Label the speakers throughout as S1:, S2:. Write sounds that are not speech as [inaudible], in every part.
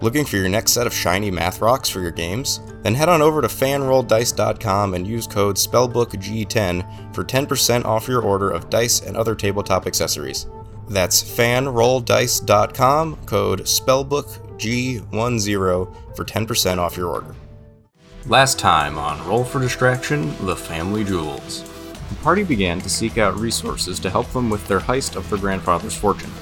S1: Looking for your next set of shiny math rocks for your games? Then head on over to fanrolldice.com and use code SPELLBOOKG10 for 10% off your order of dice and other tabletop accessories. That's fanrolldice.com, code SPELLBOOKG10 for 10% off your order.
S2: Last time on Roll for Distraction, The Family Jewels. The party began to seek out resources to help them with their heist of their grandfather's fortune.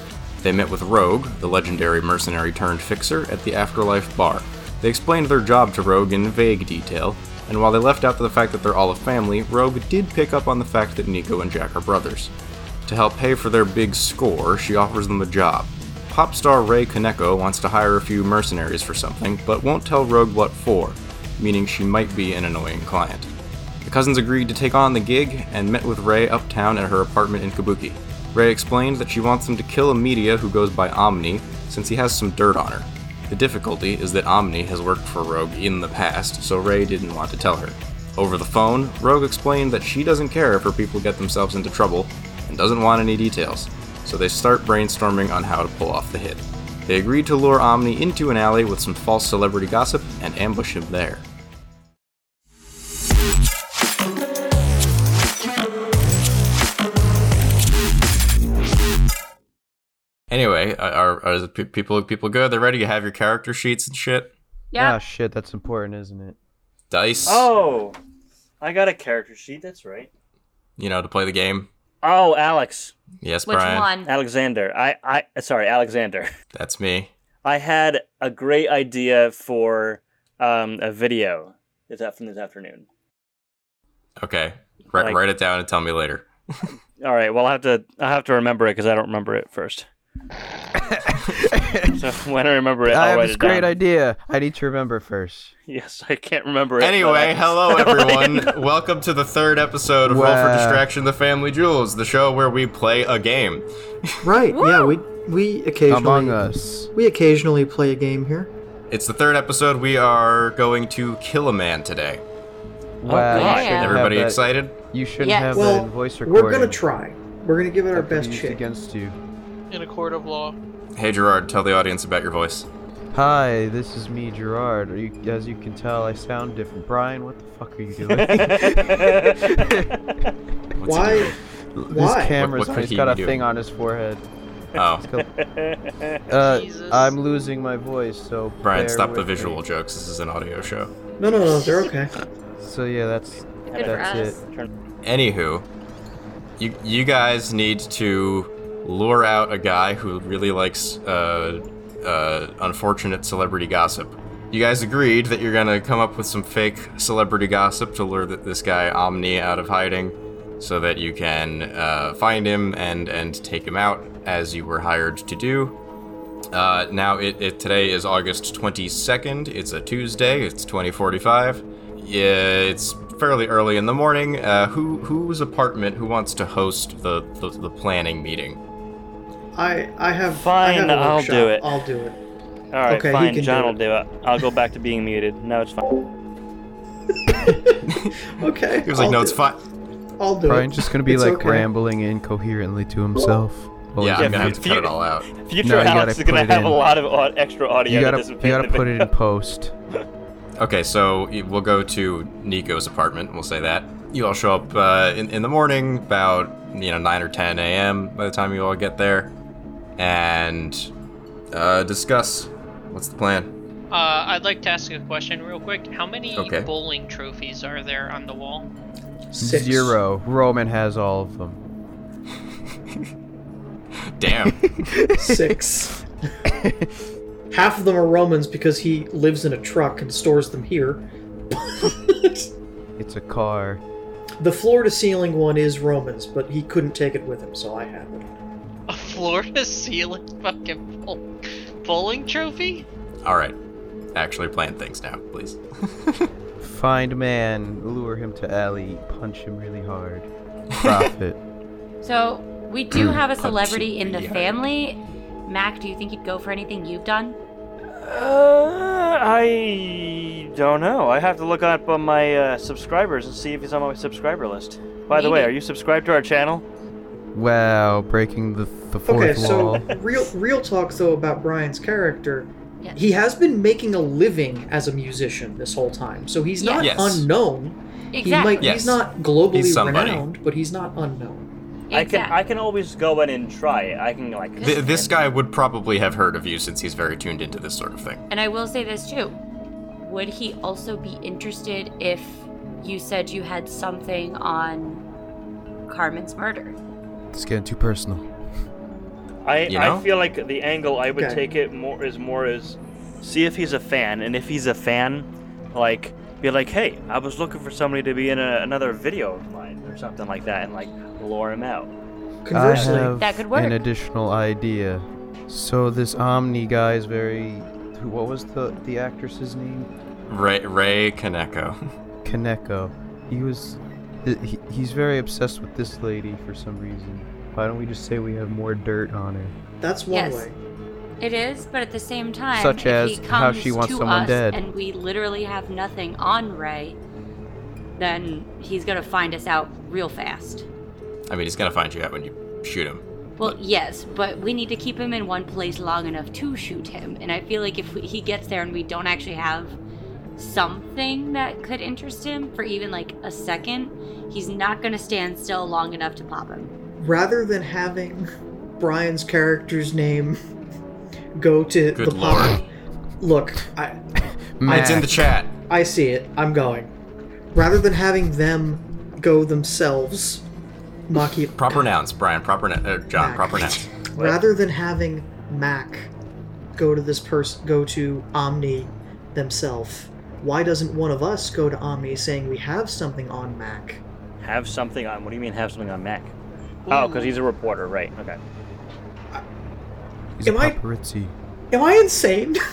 S2: They met with Rogue, the legendary mercenary turned fixer, at the Afterlife Bar. They explained their job to Rogue in vague detail, and while they left out the fact that they're all a family, Rogue did pick up on the fact that Nico and Jack are brothers. To help pay for their big score, she offers them a job. Pop star Ray Kaneko wants to hire a few mercenaries for something, but won't tell Rogue what for, meaning she might be an annoying client. The cousins agreed to take on the gig and met with Ray uptown at her apartment in Kabuki. Ray explained that she wants them to kill a media who goes by Omni, since he has some dirt on her. The difficulty is that Omni has worked for Rogue in the past, so Ray didn't want to tell her. Over the phone, Rogue explained that she doesn't care if her people get themselves into trouble and doesn't want any details, so they start brainstorming on how to pull off the hit. They agreed to lure Omni into an alley with some false celebrity gossip and ambush him there. Anyway, are, are the pe- people people good? They're ready. You have your character sheets and shit.
S3: Yeah.
S4: Ah, shit, that's important, isn't it?
S2: Dice.
S5: Oh, I got a character sheet. That's right.
S2: You know to play the game.
S5: Oh, Alex,
S2: Yes,
S3: Which
S2: Brian.
S3: one?
S5: Alexander. I, I, sorry, Alexander.
S2: That's me.
S5: I had a great idea for um, a video this af- from this afternoon.
S2: Okay. Write
S5: Like-
S2: write it down and tell me later.
S5: All right. Well, I have to. I have to remember it because I don't remember it first. So [laughs] when I remember it,
S4: I
S5: I'll
S4: have
S5: write
S4: this
S5: it
S4: great
S5: down.
S4: idea. I need to remember first.
S5: [laughs] Yes, I can't remember it. but
S2: Anyway,
S4: [laughs]
S5: I- [laughs]
S2: hello everyone. Welcome to the third episode of Roll for
S4: Wow.
S2: Distraction: The Family Jewels, the show where we play a game.
S6: Right. Yeah, we we occasionally
S4: Among Us.
S6: we occasionally play a game here.
S2: It's the third episode. We are going to kill a man today.
S4: Wow.
S5: gosh.
S4: you shouldn't have
S2: Everybody
S4: that-
S2: excited?
S4: You shouldn't
S3: Yes.
S4: have that
S6: Oh, Well,
S4: in voice recording.
S6: we're gonna try. We're gonna give it our
S4: That could be
S6: best
S4: used
S6: shot.
S4: against you.
S7: in a court of law.
S2: Hey Gerard, tell the audience about your voice.
S4: Hi, this is me, Gerard. Are you, as you can tell, I sound different. Brian, what the fuck are you
S6: [laughs]
S4: doing?
S2: What's he
S6: Why?
S2: doing?
S6: Why?
S4: His camera's
S2: What- what could
S4: he's
S2: he
S4: got a
S2: be doing?
S4: thing on his forehead.
S2: Oh,
S4: It's called- uh,
S7: Jesus.
S4: I'm losing my voice, so
S2: Brian,
S4: bear
S2: stop the
S4: with me.
S2: visual jokes. This is an audio show.
S6: No, no, no. They're okay.
S4: So yeah, that's
S3: Good for
S4: that's
S3: us.
S4: it.
S2: Anywho, you you guys need to lure out a guy who really likes uh, uh, unfortunate celebrity gossip. You guys agreed that you're gonna come up with some fake celebrity gossip to lure th- this guy Omni out of hiding, so that you can uh, find him and and take him out as you were hired to do. Uh, now it, it today is August 22nd. It's a Tuesday. It's 2045. Yeah, it's fairly early in the morning. Uh, who whose apartment? Who wants to host the the, the planning meeting?
S6: I I have. I
S5: Fine,
S6: have a
S5: I'll
S6: workshop.
S5: do it.
S6: I'll do it.
S5: All right,
S6: Okay, he
S5: fine.
S6: can
S5: John
S6: do
S5: will do it. I'll go back to being muted. No, it's fine.
S6: Okay.
S2: He was like,
S6: I'll
S2: no,
S6: do
S2: it's
S6: it.
S2: fine.
S6: I'll do
S4: Brian's
S6: it.
S4: just gonna be
S6: It's
S4: like
S6: okay.
S4: rambling incoherently to himself. Well,
S2: yeah,
S4: he's
S2: I'm gonna have
S4: muted.
S2: to cut it all out.
S5: Future
S4: you gotta
S5: Alex is gonna
S4: put it
S5: have a
S4: in.
S5: lot of au- extra audio.
S4: you
S5: that
S4: gotta
S5: doesn't
S4: you
S5: fit
S4: gotta
S5: in the
S4: put it in
S5: video.
S4: post.
S2: Okay, so y- we'll go to Nico's apartment. We'll say that you all show up uh, in in the morning, about you know nine or ten a.m. By the time you all get there, and uh, discuss what's the plan.
S7: Uh, I'd like to ask a question real quick. How many
S2: Okay.
S7: bowling trophies are there on the wall? [laughs]
S6: Six.
S4: Zero. Roman has all of them. [laughs]
S2: Damn.
S6: [laughs] [laughs] Six. Half of them are Romans because he lives in a truck and stores them here.
S4: It's a car.
S6: the floor to ceiling one is Romans, but he couldn't take it with him, so I have it.
S7: A floor to ceiling fucking bowl- bowling trophy?
S2: all right, actually plan things now, please.
S4: Find man, lure him to alley, punch him really hard. Profit.
S3: So we do
S4: Hmm.
S3: have a celebrity in the
S2: Yeah.
S3: family. Mac, do you think you'd go for anything you've done?
S5: Uh, I don't know. I have to look up on my uh, subscribers and see if he's on my subscriber list. By the way,
S3: Maybe.
S5: are you subscribed to our channel?
S4: wow, breaking the the fourth
S6: Okay, so
S4: wall.
S6: real real talk though about Brian's character.
S3: Yes.
S6: he has been making a living as a musician this whole time, so he's not
S2: Yes.
S6: unknown.
S3: exactly.
S6: He might,
S2: Yes.
S6: He's not globally
S2: He's somebody.
S6: renowned, but he's not unknown.
S5: I can I
S3: Exact-
S5: can always go in and try it. I can like
S2: Th- this guy would probably have heard of you since he's very tuned into this sort of thing.
S3: And I will say this too. Would he also be interested if you said you had something on Carmen's murder?
S4: It's getting too personal.
S5: I,
S2: You know?
S5: I feel like the angle I would
S6: Okay.
S5: take it more is more is see if he's a fan, and if he's a fan, like be like, hey, I was looking for somebody to be in a, another video of mine or something like that, and like lure him out.
S6: Conversely,
S4: I have
S3: That could work.
S4: an additional idea. So this Omni guy is very. who- What was the the actress's name?
S2: Ray Ray Kaneko. [laughs]
S4: Kaneko. He was. He, he's very obsessed with this lady for some reason. Why don't we just say we have more dirt on her?
S6: that's one
S3: Yes.
S6: way.
S3: It is, but at the same time, if
S4: Such
S3: he
S4: as how she
S3: comes
S4: wants
S3: to
S4: someone
S3: us
S4: dead.
S3: and we literally have nothing on Ray, then he's gonna find us out real fast.
S2: I mean, he's gonna find you out when you shoot him.
S3: Well, yes, but we need to keep him in one place long enough to shoot him. And I feel like if we, he gets there and we don't actually have something that could interest him for even like a second, he's not going to stand still long enough to pop him.
S6: Rather than having [laughs] Brian's character's name [laughs] go to
S2: Good
S6: the
S2: lord.
S6: pop, look, I,
S2: It's in the chat.
S6: I see it. I'm going. Rather than having them go themselves, Maki.
S2: Proper nouns, Brian. Proper nouns. Uh, John.
S6: Mac.
S2: Proper nouns.
S6: Rather than having Mac go to this person, go to Omni themselves. Why doesn't one of us go to Omni saying we have something on Mac?
S5: Have something on. What do you mean have something on Mac? Oh, because he's a reporter, right? Okay.
S4: He's a
S6: Am I-
S4: paparazzi.
S6: Am I insane? [laughs]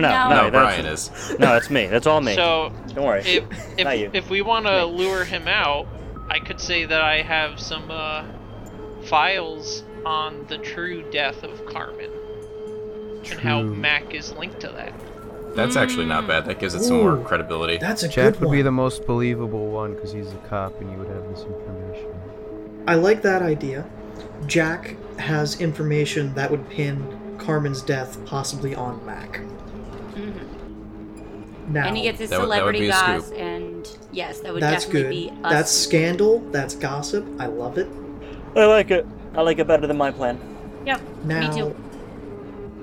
S3: No.
S5: no, no, no.
S2: No,
S5: Oh, that's,
S2: Brian is.
S5: [laughs] No, that's me. That's all me.
S7: So
S5: Don't worry. [laughs]
S7: if
S5: Not you.
S7: if, if we want to lure him out, I could say that I have some uh, files on the true death of Carmen and how
S4: True.
S7: Mac is linked to that.
S2: That's actually not bad. That gives it some more
S6: Ooh.
S2: credibility.
S6: That's a
S4: Jack
S6: good
S4: would
S6: one.
S4: be the most believable one because he's a cop and you would have this information.
S6: I like that idea. Jack has information that would pin Carmen's death possibly on Mac.
S3: Mhm.
S6: Mm-hmm. Now,
S3: And he gets his
S2: That would- that would
S3: celebrity
S2: be a
S3: goss,
S2: scoop.
S3: and yes, that would
S6: that's good.
S3: definitely be us.
S6: That's scandal. That's gossip. I love it.
S5: I like it. I like it better than my plan.
S3: Yep,
S6: Now,
S3: me too.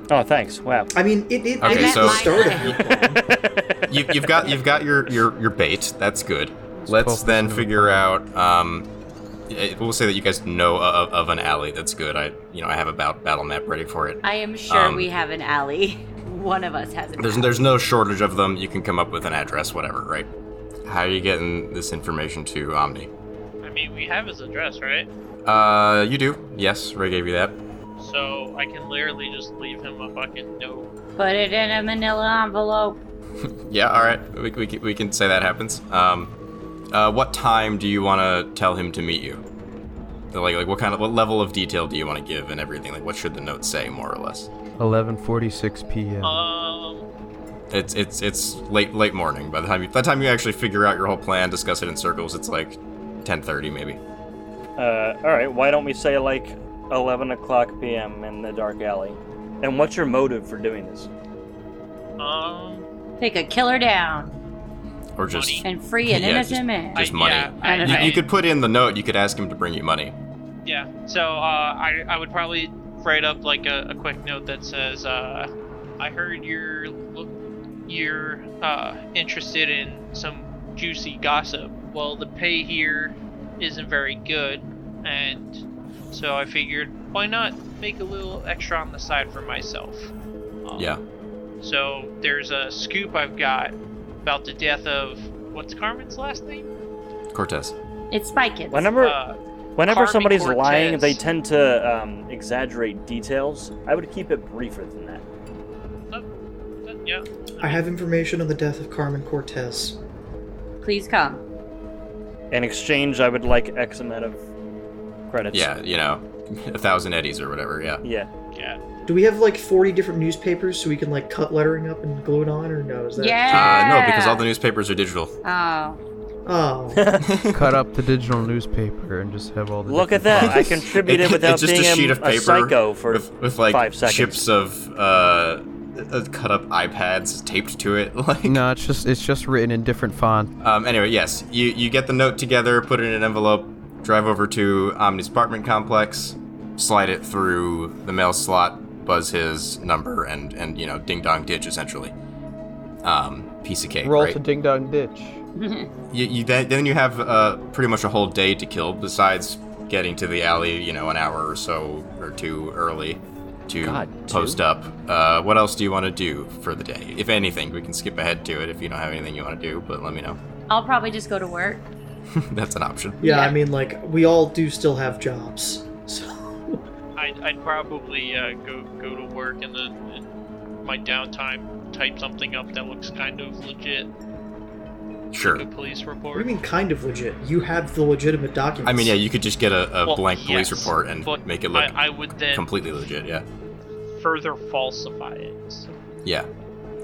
S5: Oh, thanks. [laughs] Wow.
S6: I mean, it, it,
S2: Okay,
S6: it
S2: so-
S3: [laughs]
S6: started.
S5: Uh,
S2: you, you've got you've got your your your bait. That's good. Let's
S4: focus
S2: then
S4: on the
S2: figure out. Um, it- we'll say that you guys know of, of an alley. That's good. I you know I have a bat- battle map ready for it.
S3: I am sure
S2: Um,
S3: we have an alley. [laughs] One of us has an
S2: There's
S3: alley.
S2: there's no shortage of them. You can come up with an address, whatever, right? How are you getting this information to Omni?
S7: I mean, we have his address, right?
S2: Uh, you do. Yes, Ray gave you that.
S7: So I can literally just leave him a fucking note.
S3: Put it in a manila envelope.
S2: Yeah. All right. We we, can- we can say that happens. Um, uh, what time do you want to tell him to meet you? Like like what kind of what level of detail do you want to give and everything? Like what should the note say more or less?
S4: 11:46 p.m.
S7: Um,
S2: It's it's it's late late morning. By the time you, by the time you actually figure out your whole plan, discuss it in circles, it's like ten thirty maybe.
S5: Uh, all right. Why don't we say like 11 o'clock p.m. in the dark alley? And what's your motive for doing this?
S7: um,
S3: Take a killer down
S2: Or just
S7: Money.
S3: and free
S2: [laughs]
S3: an
S2: Yeah,
S3: innocent
S2: just-
S3: man.
S2: just
S7: I-
S2: money.
S7: yeah,
S3: I don't
S2: you,
S3: know.
S2: you could put in the note. You could ask him to bring you money.
S7: yeah. So uh, I I would probably write up like a, a quick note that says, uh, I heard you're look, you're uh, interested in some juicy gossip. Well, the pay here isn't very good, and so I figured why not make a little extra on the side for myself. Um,
S2: Yeah.
S7: So there's a scoop I've got about the death of what's Carmen's last name?
S2: Cortez.
S3: It's Spy Kids.
S5: Whenever
S7: Uh,
S5: whenever
S7: Harvey
S5: somebody's lying,
S7: Cortez.
S5: they tend to um, exaggerate details. I would keep it briefer than that.
S7: yeah.
S6: I have information on the death of Carmen Cortez.
S3: Please come.
S5: In exchange, I would like X amount of credits.
S2: Yeah. You know, a thousand eddies or whatever. Yeah.
S5: [laughs] Yeah.
S7: Yeah.
S6: Do we have like 40 different newspapers so we can like cut lettering up and glue it on, or no? Is that
S3: yeah.
S2: Uh, no, because all the newspapers are digital.
S3: Oh,
S2: [laughs]
S6: Oh,
S4: Cut up the digital newspaper and just have all the.
S5: Look at
S4: different
S5: that! I
S4: files.
S5: contributed
S2: It-
S5: without
S2: it's just
S5: being
S2: a sheet of paper
S5: psycho for
S2: with, with like
S5: five seconds.
S2: chips of uh, uh, cut up iPads taped to it. [laughs] Like,
S4: [laughs] No, it's just it's just written in different font.
S2: um, anyway, yes, you you get the note together, put it in an envelope, drive over to Omni's apartment complex, slide it through the mail slot, buzz his number, and and you know, ding dong ditch essentially. Um, piece of cake.
S4: Roll
S2: right?
S4: to Ding Dong Ditch.
S2: you, you then, then you have uh, pretty much a whole day to kill besides getting to the alley you know an hour or so or two early to
S5: God,
S2: post
S5: two?
S2: up uh, what else do you want to do for the day if anything we can skip ahead to it if you don't have anything you want to do but let me know [laughs]
S3: Oh. [laughs] I'll probably just go to work.
S2: that's an option
S6: Yeah,
S3: Yeah.
S6: I mean, like, we all do still have jobs. So,
S7: I'd, I'd probably uh, go go to work and then in my downtime type something up that looks kind of legit.
S2: sure
S7: Like a police
S6: what do you
S7: report.
S6: mean kind of legit? You have the legitimate documents.
S2: i mean yeah you could just get a, a
S7: Well,
S2: blank police
S7: yes,
S2: report and
S7: but
S2: make it look
S7: I, I would then
S2: completely legit yeah
S7: further falsify it. So
S2: Yeah.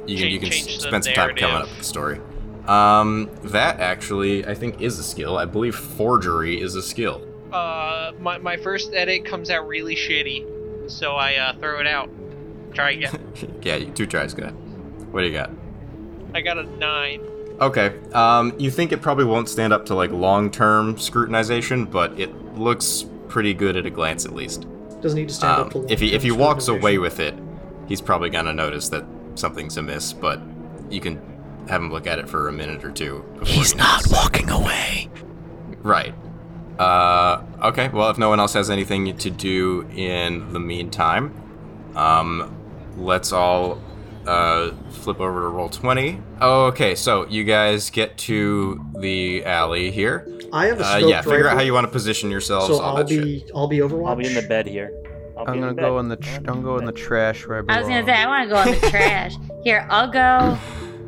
S2: You can, you can
S7: Change- change
S2: s-
S7: the
S2: spend some time coming up
S7: narrative.
S2: with the story. Um, that actually, I think, is a skill. I believe forgery is a skill.
S7: Uh, my, my first edit comes out really shitty, so I uh, throw it out.
S2: [laughs]
S7: Try again.
S2: Yeah, you two tries, good. What do you got?
S7: I got a nine.
S2: Okay. Um, you think it probably won't stand up to like long-term scrutinization, but it looks pretty good at a glance, at least.
S6: Doesn't need to stand
S2: Um,
S6: up to
S2: if he if he
S6: long-term
S2: walks
S6: discrimination.
S2: away with it, he's probably gonna notice that something's amiss. But you can have him look at it for a minute or two. He's not walking away. Right. Uh, okay. Well, if no one else has anything to do in the meantime, um, let's all uh, flip over to roll twenty. Okay. So you guys get to the alley here.
S6: I have a
S2: Uh,
S6: scoped
S2: yeah. Figure out how
S6: rifle,
S2: you want to position yourselves.
S6: So
S2: all
S6: I'll
S2: that
S6: be
S2: shit.
S6: I'll be Overwatch.
S5: I'll be in the bed here. I'll be
S4: I'm gonna
S5: in the
S4: go
S5: bed.
S4: in the tr-
S5: I'll
S4: I'm
S5: be
S4: going in the trash where I belong.
S3: I was gonna say I want to go in the trash. Here, I'll go.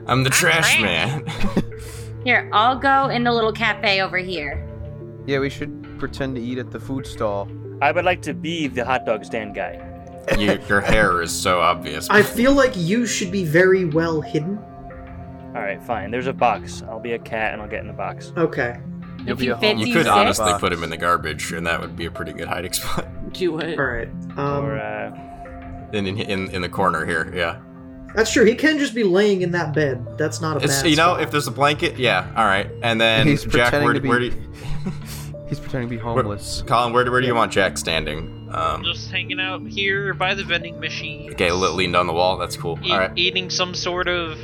S2: I'm the trash
S7: trash.
S2: man. [laughs]
S3: Here, I'll go in the little cafe over here.
S4: Yeah, we should pretend to eat at the food stall.
S5: I would like to be the hot dog stand guy.
S2: you, your hair is so obvious.
S6: I feel like you should be very well hidden.
S5: All right, fine. There's a box. I'll be a cat and I'll get in the box.
S6: Okay,
S4: You'll
S3: If
S4: be
S3: you
S4: a home-
S3: fit
S2: you
S3: these
S2: could
S3: six,
S2: honestly
S4: Box.
S2: put him in the garbage, and that would be a pretty good hiding spot. [laughs]
S3: do it.
S6: all right.
S5: or
S6: Um,
S5: uh,
S2: in, in in in the corner here, yeah.
S6: that's true. He can just be laying in that bed. That's not a
S2: It's
S6: bad.
S2: you know
S6: spot.
S2: if there's a blanket, yeah. All right, and then
S4: He's
S2: Jack,
S4: pretending
S2: where,
S4: to
S2: do- where do
S4: be-
S2: you,
S4: He's pretending to be homeless.
S2: Colin, where do where do you want Jack standing?
S7: I'm
S2: Um,
S7: just hanging out here by the vending machine.
S2: okay, li- leaned on the wall. That's cool.
S7: E-
S2: All right,
S6: [laughs]
S7: Eating some sort of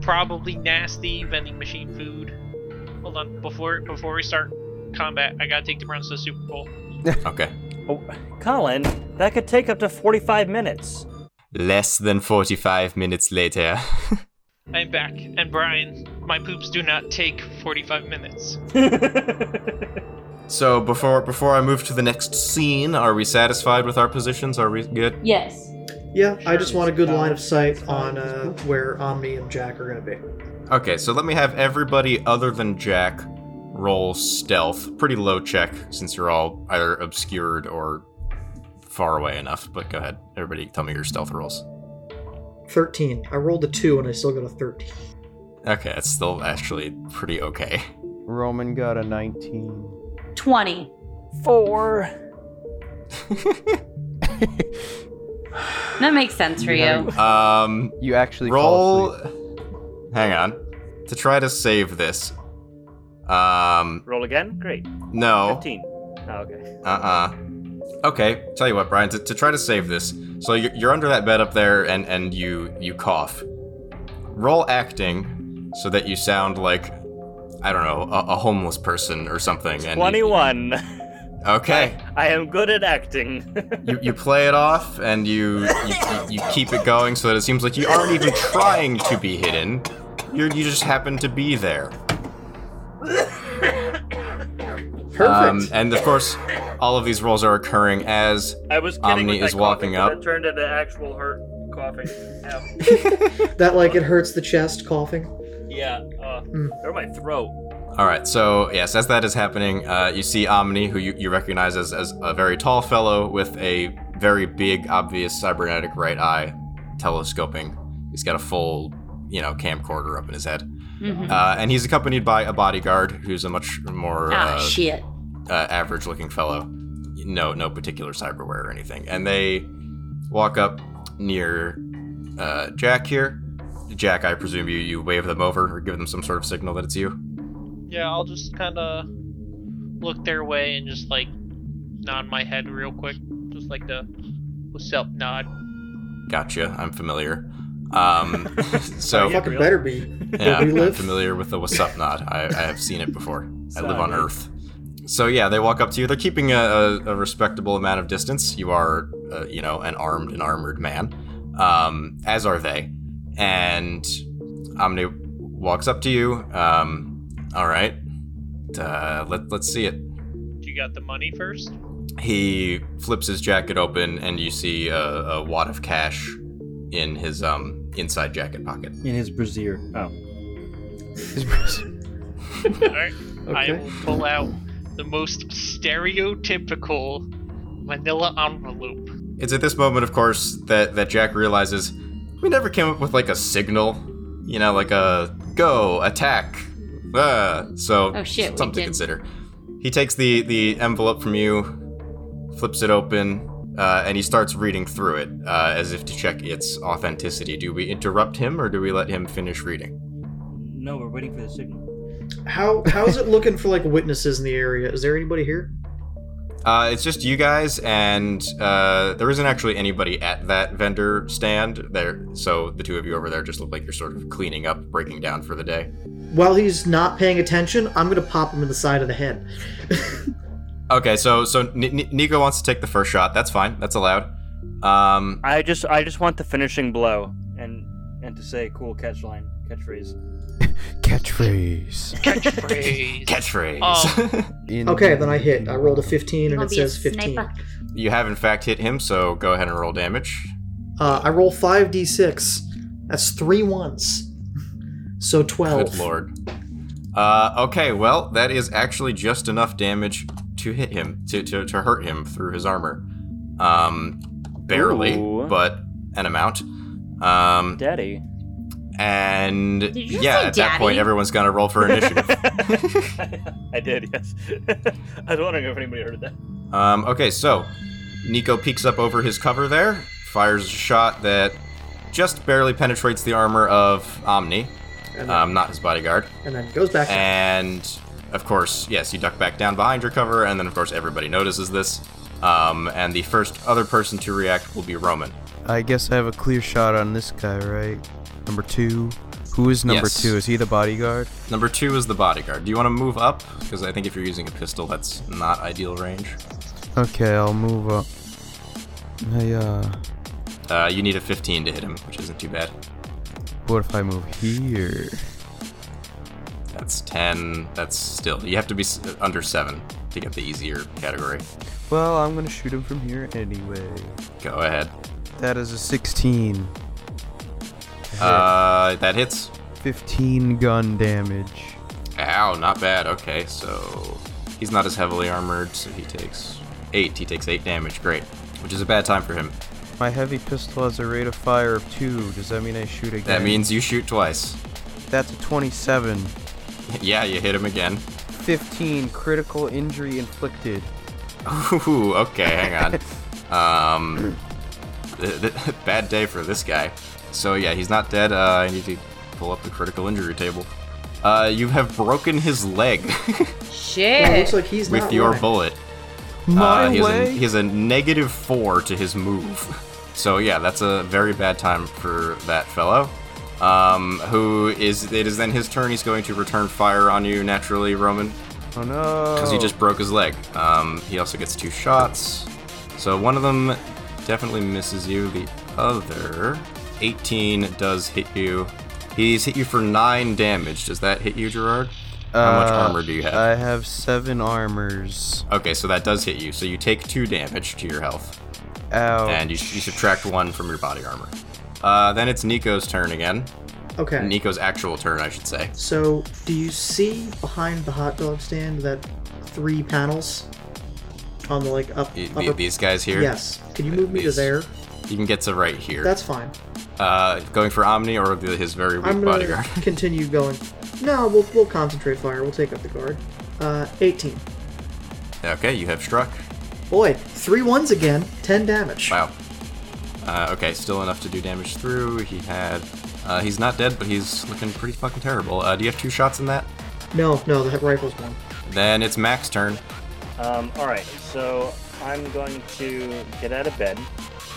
S7: probably nasty vending machine food. Hold on, before before we start combat, I gotta take the Browns to the Super Bowl.
S2: okay.
S5: oh, Colin, that could take up to 45 minutes. [laughs]
S2: Less than forty-five minutes later. [laughs]
S7: I'm back, and Brian, my poops do not take 45 minutes.
S2: so before before I move to the next scene, are we satisfied with our positions? Are we good?
S3: Yes.
S6: yeah, I just want a good line of sight on uh, where Omni and Jack are gonna be.
S2: Okay, so let me have everybody other than Jack roll stealth. Pretty low check since you're all either obscured or far away enough. But go ahead, everybody, tell me your stealth rolls.
S6: Thirteen. I rolled a two and I still got a thirteen.
S2: Okay, that's still actually pretty okay. [laughs]
S4: Roman got a 19.
S3: Twenty.
S5: Four.
S3: That makes sense for you.
S2: Um,
S4: You actually fall
S2: roll.
S4: asleep.
S2: Hang on, to try to save this. Um,
S5: Roll again? Great.
S2: no.
S5: 15. Oh, okay.
S2: Uh-uh. Okay, tell you what, Brian, to, to try to save this. So you're, you're under that bed up there, and and you you cough. Roll acting so that you sound like I don't know a, a homeless person or something. And you-
S5: 21.
S2: okay,
S5: [laughs] I am good at acting. [laughs]
S2: you, you play it off and you, you you keep it going so that it seems like you aren't even trying to be hidden. You you just happen to be there.
S6: Perfect.
S2: Um, and of course, all of these rolls are occurring as
S5: I was kidding
S2: Omni
S5: with that
S2: is walking
S5: coughing, but
S2: up.
S5: That turned into actual hurt coughing. Ow.
S6: [laughs] that like it hurts the chest coughing.
S5: yeah. Uh,
S6: Mm.
S5: Or my throat.
S2: All right, so yes, as that is happening, uh, you see Omni, who you, you recognize as, as a very tall fellow with a very big, obvious cybernetic right eye, telescoping. He's got a full, you know, camcorder up in his head,
S3: Mhm.
S2: uh, and he's accompanied by a bodyguard who's a much more
S3: Ah,
S2: uh,
S3: shit.
S2: uh, average-looking fellow. No, no particular cyberware or anything, and they walk up near uh, Jack here. Jack, I presume you, you wave them over or give them some sort of signal that it's you.
S7: Yeah, I'll just kind of look their way and just like nod my head real quick, just like the what's up nod.
S2: Gotcha, I'm familiar. Um,
S5: [laughs]
S2: so,
S5: Yeah,
S6: Fucking
S5: really.
S6: better be.
S2: yeah,
S6: we
S2: I'm
S6: live?
S2: familiar with the what's up nod. I, I have seen it before. I live on
S5: Sorry.
S2: Earth. So yeah, they walk up to you. They're keeping a, a, a respectable amount of distance. You are, uh, you know, an armed and armored man, um, as are they. And Omni walks up to you. Um, all right, uh, let let's see it.
S7: You got the money
S2: [laughs]
S7: first?
S2: He flips his jacket open, and you see a, a wad of cash in his um inside jacket pocket.
S8: in his brazier. Oh,
S7: All right. I
S6: Okay.
S7: will pull out the most stereotypical manila envelope.
S2: It's at this moment, of course, that, that Jack realizes we never came up with like a signal, you know, like a go attack. Uh, so
S3: Oh, shit, we
S2: something to
S3: did.
S2: consider. He takes the the envelope from you, flips it open, uh, and he starts reading through it uh, as if to check its authenticity. Do we interrupt him or do we let him finish reading?
S8: [laughs] no, we're waiting for the signal.
S6: How how's it looking for like witnesses in the area? Is there anybody here?
S2: Uh, it's just you guys, and uh, there isn't actually anybody at that vendor stand there. So the two of you over there just look like you're sort of cleaning up, breaking down for the day.
S6: While he's not paying attention, I'm gonna pop him in the side of the head. [laughs]
S2: Okay, so so N- N- Nico wants to take the first shot. That's fine. That's allowed. Um,
S5: I just I just want the finishing blow and and to say cool catch line catchphrase.
S4: Catchphrase.
S7: Catchphrase.
S2: catchphrase.
S4: Oh.
S6: Okay, then I hit. I rolled a 15 and
S3: Gonna
S6: it
S3: be a
S6: says 15.
S3: sniper.
S2: [laughs] you have in fact hit him, so go ahead and roll damage.
S6: Uh, I roll 5d6. That's three ones. So 12.
S2: Good lord. Uh, okay, well that is actually just enough damage to hit him to to, to hurt him through his armor. Um, barely,
S5: Ooh.
S2: but an amount. Um,
S5: Daddy.
S2: and
S3: you just
S2: yeah,
S3: say
S2: at that point
S3: daddy?
S2: everyone's gonna roll for
S3: [laughs]
S2: initiative.
S5: [laughs] I did, yes. [laughs] I was wondering if anybody heard that.
S2: Um, okay, so Nico peeks up over his cover there, fires a shot that just barely penetrates the armor of Omni,
S6: And, then,
S2: um, Eh. not his bodyguard.
S6: and then goes back.
S2: And of course, yes, you duck back down behind your cover, and then of course everybody notices this. Um, and the first other person to react will be Roman.
S4: I guess I have a clear shot on this guy, right? Number two. Who is number
S2: Yes.
S4: two? Is he the bodyguard?
S2: Number two is the bodyguard. Do you want to move up? Because I think if you're using a pistol, that's not ideal range.
S4: Okay, I'll move up. I, uh,
S2: Uh, you need a 15 to hit him, which isn't too bad.
S4: what if I move here?
S2: That's 10. That's still. You have to be s- under 7 to get the easier category.
S4: Well, I'm gonna shoot him from here anyway.
S2: Go ahead.
S4: That is a 16.
S2: Uh, that hits.
S4: 15 gun damage.
S2: Ow, not bad. Okay, so he's not as heavily armored, so he takes 8. He takes 8 damage. Great. Which is a bad time for him.
S4: My heavy pistol has a rate of fire of 2. Does that mean I shoot again?
S2: That means you shoot twice. [laughs]
S4: That's a 27.
S2: yeah, you hit him again.
S4: 15 critical injury inflicted.
S2: Ooh, okay, hang on. um, th- [laughs] th- bad day for this guy. So yeah, he's not dead. Uh, I need to pull up the critical injury table. Uh, you have broken his leg [laughs]
S6: Well, it
S3: Shit.
S6: looks like he's
S2: with
S6: not
S2: your
S6: running.
S2: bullet.
S4: My
S2: uh, he, has a,
S4: way?
S2: he has a negative four to his move. So yeah, that's a very bad time for that fellow. Um, who is it is then his turn. He's going to return fire on you naturally, Roman.
S4: oh no.
S2: because he just broke his leg. Um, he also gets two shots. So one of them definitely misses you. The other 18 does hit you. He's hit you for nine damage. Does that hit you, Gerard? How much
S4: Uh,
S2: armor do you have?
S4: I have 7 armors.
S2: okay, so that does hit you. So you take two damage to your health,
S4: Ow.
S2: and you, you subtract one from your body armor. Uh, then it's Nico's turn again.
S6: Okay.
S2: Nico's actual turn, I should say.
S6: So, do you see behind the hot dog stand that three panels on the like up?
S2: Y-
S6: upper-
S2: These guys here.
S6: Yes. Can you move me to
S2: These-
S6: there?
S2: You can get to right here.
S6: That's fine.
S2: uh, going for Omni or the, his very weak
S6: I'm gonna
S2: bodyguard. [laughs]
S6: [laughs] continue going. No, we'll we'll concentrate fire. We'll take up the guard. Uh, 18.
S2: okay, you have struck.
S6: Boy, three ones again. Ten damage.
S2: Wow. Uh, okay, still enough to do damage through. He had. Uh, he's not dead, but he's looking pretty fucking terrible. Uh, do you have two shots in that?
S6: No, no, the rifle's one.
S2: Then it's Mac's turn.
S5: Um, all right, so I'm going to get out of bed,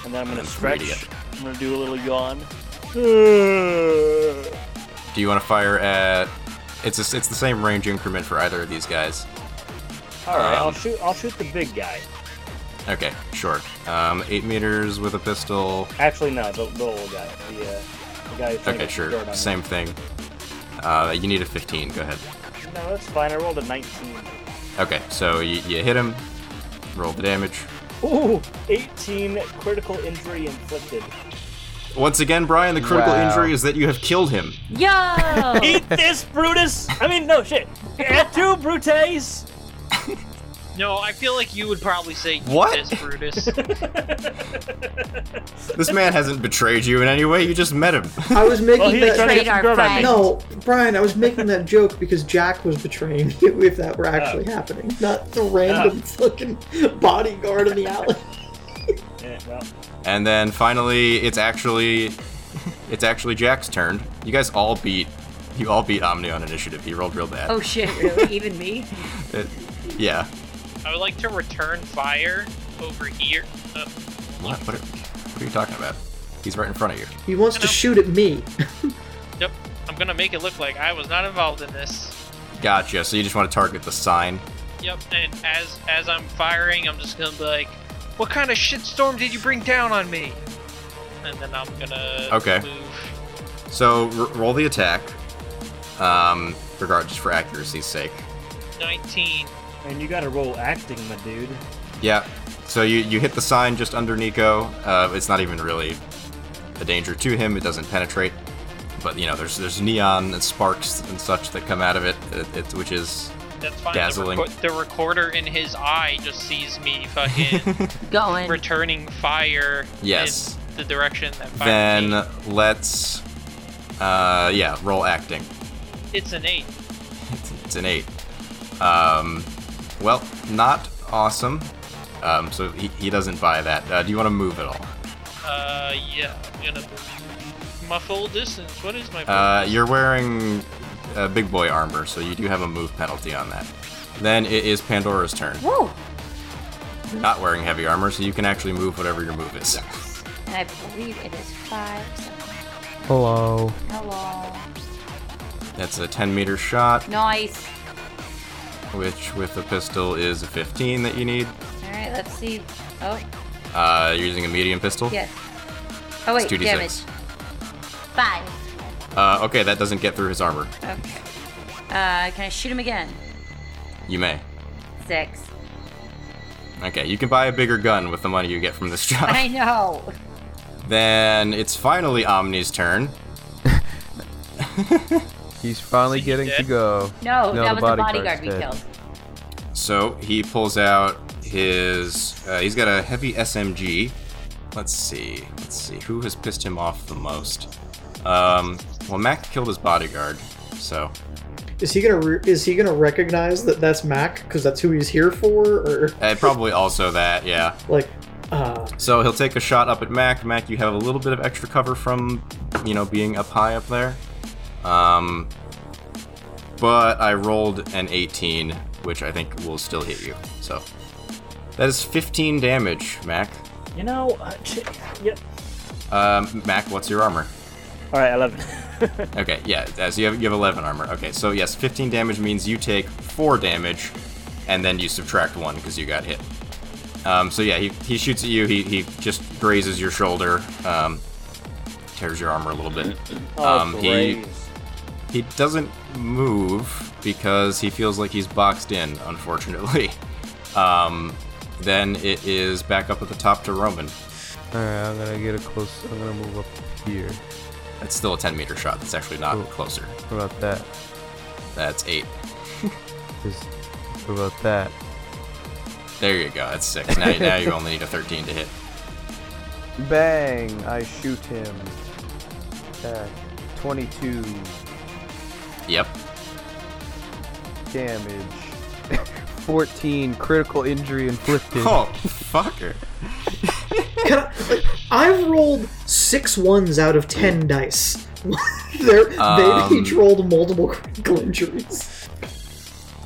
S5: and then I'm going
S2: I'm
S5: to stretch.
S2: idiot.
S5: I'm going to do a
S2: [sighs]
S5: little yawn.
S2: Do you want to fire at? It's a, it's the same range increment for either of these guys.
S5: All right,
S2: Um,
S5: I'll shoot. I'll shoot the big guy.
S2: Okay, sure. Um, eight meters with a pistol.
S5: Actually, no, the the little guy. The, uh, the guy. who's trying to
S2: Okay,
S5: get the dirt on
S2: sure.
S5: me.
S2: Same thing. Uh, you need a 15. Go ahead.
S5: No, that's fine. I rolled a 19.
S2: Okay, so you, you hit him. Roll the damage.
S5: Ooh, 18 critical injury inflicted.
S2: Once again, Brian, the critical
S4: Wow.
S2: injury is that you have killed him.
S3: Yo!
S5: Eat this, Brutus. I mean, no shit. At two, Brutes.
S7: No, I feel like you would probably say "Eat
S2: What?
S7: this, Brutus.
S2: [laughs] This man hasn't betrayed you in any way. You just met him. [laughs]
S5: [laughs]
S6: I was making
S5: Well, he's
S6: that.
S5: trying to
S3: betrayed
S5: get some
S3: our
S5: dirt on me.
S3: friend.
S6: no, Brian, I was making that joke because Jack was betraying [laughs] you if that were actually
S5: Ah.
S6: happening, not the random fucking bodyguard in the alley.
S5: Yeah, well,
S2: And then finally, it's actually it's actually Jack's turn. You guys all beat you all beat Omni on initiative. He rolled real bad.
S3: [laughs] Oh shit, really? Even me?
S2: It- yeah.
S7: I would like to return fire over here. Uh,
S2: What? What are, what are you talking about? He's right in front of you.
S6: He wants to
S7: Hello.
S6: shoot at me. [laughs]
S7: yep, I'm gonna make it look like I was not involved in this.
S2: Gotcha. So you just want to target the sign.
S7: Yep, and as as I'm firing, I'm just gonna be like, "What kind of shitstorm did you bring down on me?" And then I'm gonna
S2: Okay.
S7: move.
S2: So r- roll the attack. Um, regardless for accuracy's sake.
S7: 19.
S8: And you gotta roll acting, my dude.
S2: Yeah. So you, you hit the sign just under Nico. Uh, it's not even really a danger to him. It doesn't penetrate. But you know, there's there's neon and sparks and such that come out of it, it, it which is
S7: That's fine.
S2: Dazzling.
S7: The, reco- the recorder in his eye just sees me fucking
S2: [laughs]
S3: Going.
S7: returning fire.
S2: Yes.
S7: In the direction that fire.
S2: then
S7: came.
S2: let's uh yeah roll acting.
S7: it's an eight.
S2: It's, it's an eight. Um, well, not awesome. Um, so he, he doesn't buy that. Uh, do you want to move at all?
S7: Uh, yeah, I'm gonna move. My full distance. What is my? Full
S2: Uh,
S7: distance?
S2: you're wearing uh, big boy armor, so you do have a move penalty on that. Then it is Pandora's turn.
S3: Woo!
S2: Not wearing heavy armor, so you can actually move whatever your move is.
S3: And I believe it is five. So
S4: Hello.
S3: hello.
S2: That's a 10 meter shot,
S3: Nice.
S2: which with the pistol is a 15 that you need.
S3: All right, let's see. Oh,
S2: Uh, you're using a medium pistol.
S3: yes. Oh wait,
S2: It's 2d6.
S3: damage. Five.
S2: Uh, okay, that doesn't get through his armor.
S3: Okay. Uh, can I shoot him again?
S2: You may. [laughs]
S3: Six.
S2: Okay, you can buy a bigger gun with the money you get from this [laughs] job.
S3: I know.
S2: Then it's finally Omni's turn.
S4: He's finally
S7: Is he
S4: getting to
S7: dead?
S4: go.
S3: No,
S4: No,
S3: that
S4: the
S3: was the
S4: bodyguard's
S3: bodyguard we
S4: dead.
S3: killed.
S2: So he pulls out his. Uh, he's got a heavy SMG. Let's see. Let's see. Who has pissed him off the most? Um, well, Mac killed his bodyguard, so.
S6: Is he gonna re- is he gonna recognize that that's Mac because that's who he's here for, or
S2: Uh, probably also that, yeah.
S6: like, uh,
S2: So he'll take a shot up at Mac. Mac, you have a little bit of extra cover from, you know, being up high up there. Um, but I rolled an 18, which I think will still hit you. So that is 15 damage, Mac.
S5: you know. Uh, ch- yeah.
S2: Um, Mac, what's your armor?
S5: All right, 11.
S2: Okay, yeah. uh, So you have you have 11 armor. Okay, so yes, 15 damage means you take four damage, and then you subtract one because you got hit. Um, so yeah, he, he shoots at you. He, he just grazes your shoulder, um, tears your armor a little bit.
S5: Oh,
S2: Um, he
S5: graze.
S2: he doesn't move because he feels like he's boxed in, unfortunately. [laughs] Um, then it is back up at the top to Roman.
S4: Alright, I'm gonna get a close. I'm gonna move up here.
S2: That's still a 10 meter shot. That's actually not
S4: Cool.
S2: closer.
S4: What about that?
S2: That's eight.
S4: Just, what about that?
S2: There you go. That's six. Now, now you only need a 13 to hit.
S4: Bang! I shoot him. Attack. 22
S2: Yep.
S4: [laughs] damage. 14 critical injury inflicted.
S1: Oh, fucker.
S6: Can I, like, I've rolled six ones out of ten dice. [laughs] They're,
S2: Um,
S6: they each rolled multiple critical injuries.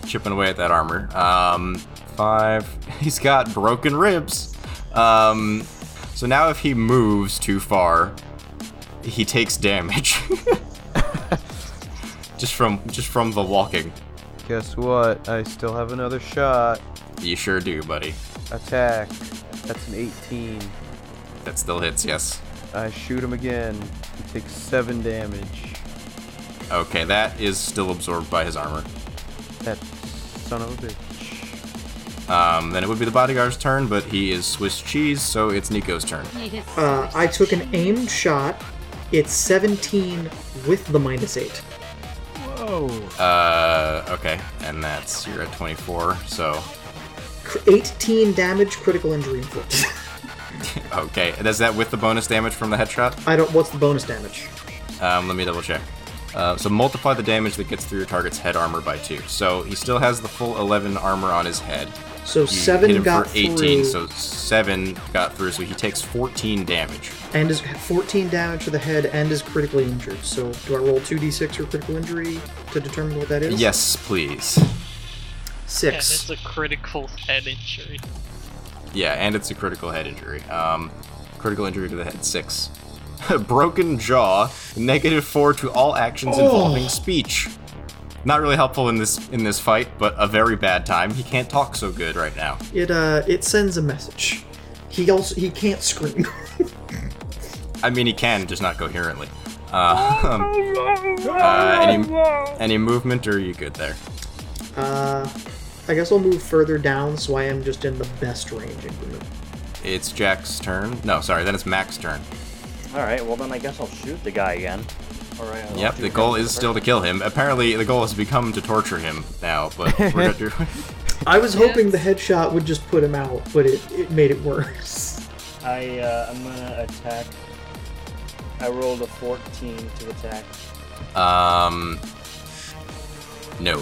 S2: chipping away at that armor. Um, five. [laughs] He's got broken ribs. Um, so now if he moves too far, he takes damage. [laughs] just from just from the walking.
S4: Guess what? I still have another shot.
S2: You sure do, buddy.
S4: Attack. That's an 18.
S2: That still hits. Yes.
S4: I shoot him again. He takes 7 damage.
S2: Okay, that is still absorbed by his armor.
S4: That son of a bitch.
S2: Um, then it would be the bodyguard's turn, but he is Swiss cheese, so it's Nico's turn.
S6: Uh, I took an aimed shot. It's 17 with the minus 8.
S8: Whoa.
S2: Uh, okay, and that's you're at 24, so
S6: Cr- 18 damage, critical injury inflicted.
S2: okay. Is that with the bonus damage from the headshot?
S6: I don't. What's the bonus damage?
S2: Um, let me double check. Uh, so multiply the damage that gets through your target's head armor by two. So he still has the full 11 armor on his head.
S6: So
S2: You hit
S6: 7
S2: him
S6: got
S2: for 18,
S6: through,
S2: so seven got through. So he takes 14 damage.
S6: and is 14 damage to the head, and is critically injured. So do I roll 2d6 for critical injury to determine what that is?
S2: Yes, please.
S7: And it's
S6: Six.
S7: a critical [laughs] head injury.
S2: Yeah, and it's a critical head injury. Um, critical injury to the head six. [laughs] Broken jaw, negative four to all actions involving speech. Not really helpful in this in this fight, but a very bad time. He can't talk so good right now.
S6: It uh, it sends a message. He also he can't scream. [laughs]
S2: I mean, he can, just not coherently. Um, [laughs] uh, any, any movement, or are you good there?
S6: uh, I guess I'll move further down, so I am just in the best range increment.
S2: It's Jack's turn. No, sorry, then it's Mac's turn.
S5: All right. Well, then I guess I'll shoot the guy again. All right. I'll
S2: Yep,
S5: shoot
S2: the
S5: him
S2: goal is
S5: first.
S2: still to kill him. Apparently, the goal has become to torture him now, but we're gonna do [laughs]
S6: I was hoping the headshot would just put him out, but it, it made it worse.
S8: I uh, I'm gonna attack. I rolled a 14 to attack.
S2: Um, no, [laughs]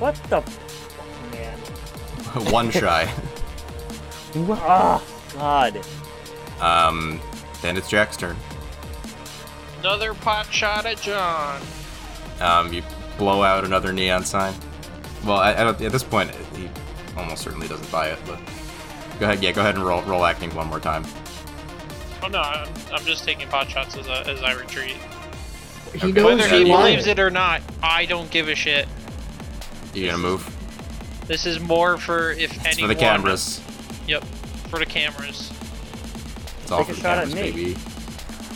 S5: What the? fuck, Man.
S2: one shy.
S5: Ah, God.
S2: Um, then it's Jack's turn.
S7: Another pot shot at John.
S2: Um, you blow out another neon sign. Well, I, I don't, at this point, he almost certainly doesn't buy it. But go ahead, yeah, go ahead and roll roll acting one more time.
S7: Oh no, I'm, I'm just taking pot shots as I, as I retreat.
S6: He
S2: Okay.
S6: knows
S7: Whether
S2: Whether
S6: you're
S7: he
S2: he
S6: lying.
S7: believes it or not, I don't give a shit.
S2: You gonna move?
S7: This is more for if
S2: It's for
S7: anyone.
S2: the cameras.
S7: Yep, for the cameras.
S2: It's all
S5: Take
S2: for
S5: a
S2: the
S5: shot at
S2: cameras,
S5: me.
S2: baby.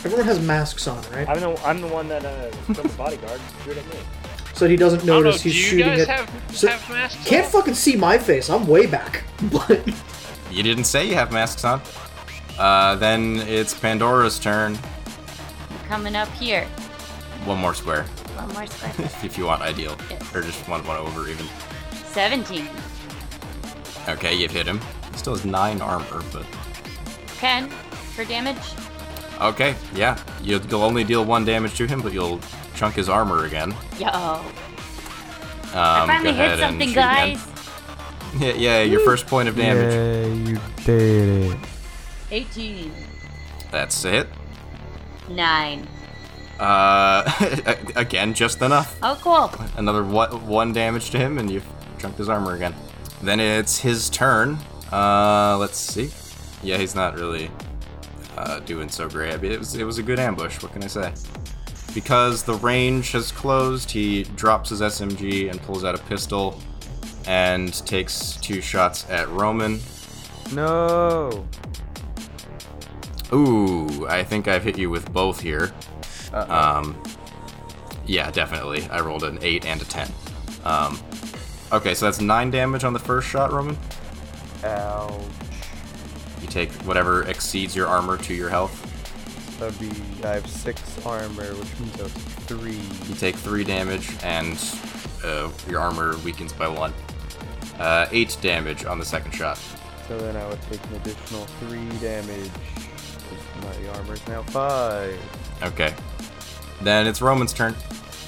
S6: Everyone has masks on, right?
S5: I'm the I'm the one that uh, killed the bodyguard. Shoot at me.
S6: So he doesn't
S7: I don't know.
S6: notice
S7: Do
S6: he's
S7: you
S6: shooting
S7: guys
S6: at.
S7: have
S6: So-
S7: have masks?
S6: Can't
S7: on?
S6: fucking see my face. I'm way back. [laughs] But
S2: You didn't say you have masks on. Uh, then it's Pandora's turn.
S3: Coming up here.
S2: One more square,
S3: One more
S6: [laughs]
S3: square.
S2: if you want ideal,
S3: Yes.
S2: or just one one over even.
S3: 17.
S2: Okay, you've hit him. He still has nine armor, but
S3: 10 for damage.
S2: okay, yeah, you'll you'll only deal one damage to him, but you'll chunk his armor again.
S3: Yo.
S2: Um,
S3: I finally
S2: go
S3: hit
S2: ahead and
S3: something,
S2: shoot again.
S3: guys.
S2: [laughs] Yeah, yeah, your first point of damage.
S4: Yeah, you did it.
S3: 18.
S2: That's it.
S3: 9.
S2: Uh, [laughs] again, just enough.
S3: Oh, cool.
S2: another one, one damage to him, and you've chunked his armor again. Then it's his turn. Uh, let's see. Yeah, he's not really uh, doing so great. I mean, it was it was a good ambush. What can I say? Because the range has closed, he drops his SMG and pulls out a pistol, and takes two shots at Roman.
S4: No.
S2: Ooh, I think I've hit you with both here.
S4: Uh,
S2: Um, yeah, definitely. I rolled an 8 and a 10. Um, okay, so that's 9 damage on the first shot, Roman.
S4: ouch.
S2: You take whatever exceeds your armor to your health.
S4: That'd be. I have 6 armor, which means I was 3.
S2: You take 3 damage, and uh, your armor weakens by 1. Uh, 8 damage on the second shot.
S4: So then I would take an additional 3 damage. 'cause My armor is now 5.
S2: Okay. Then it's Roman's turn.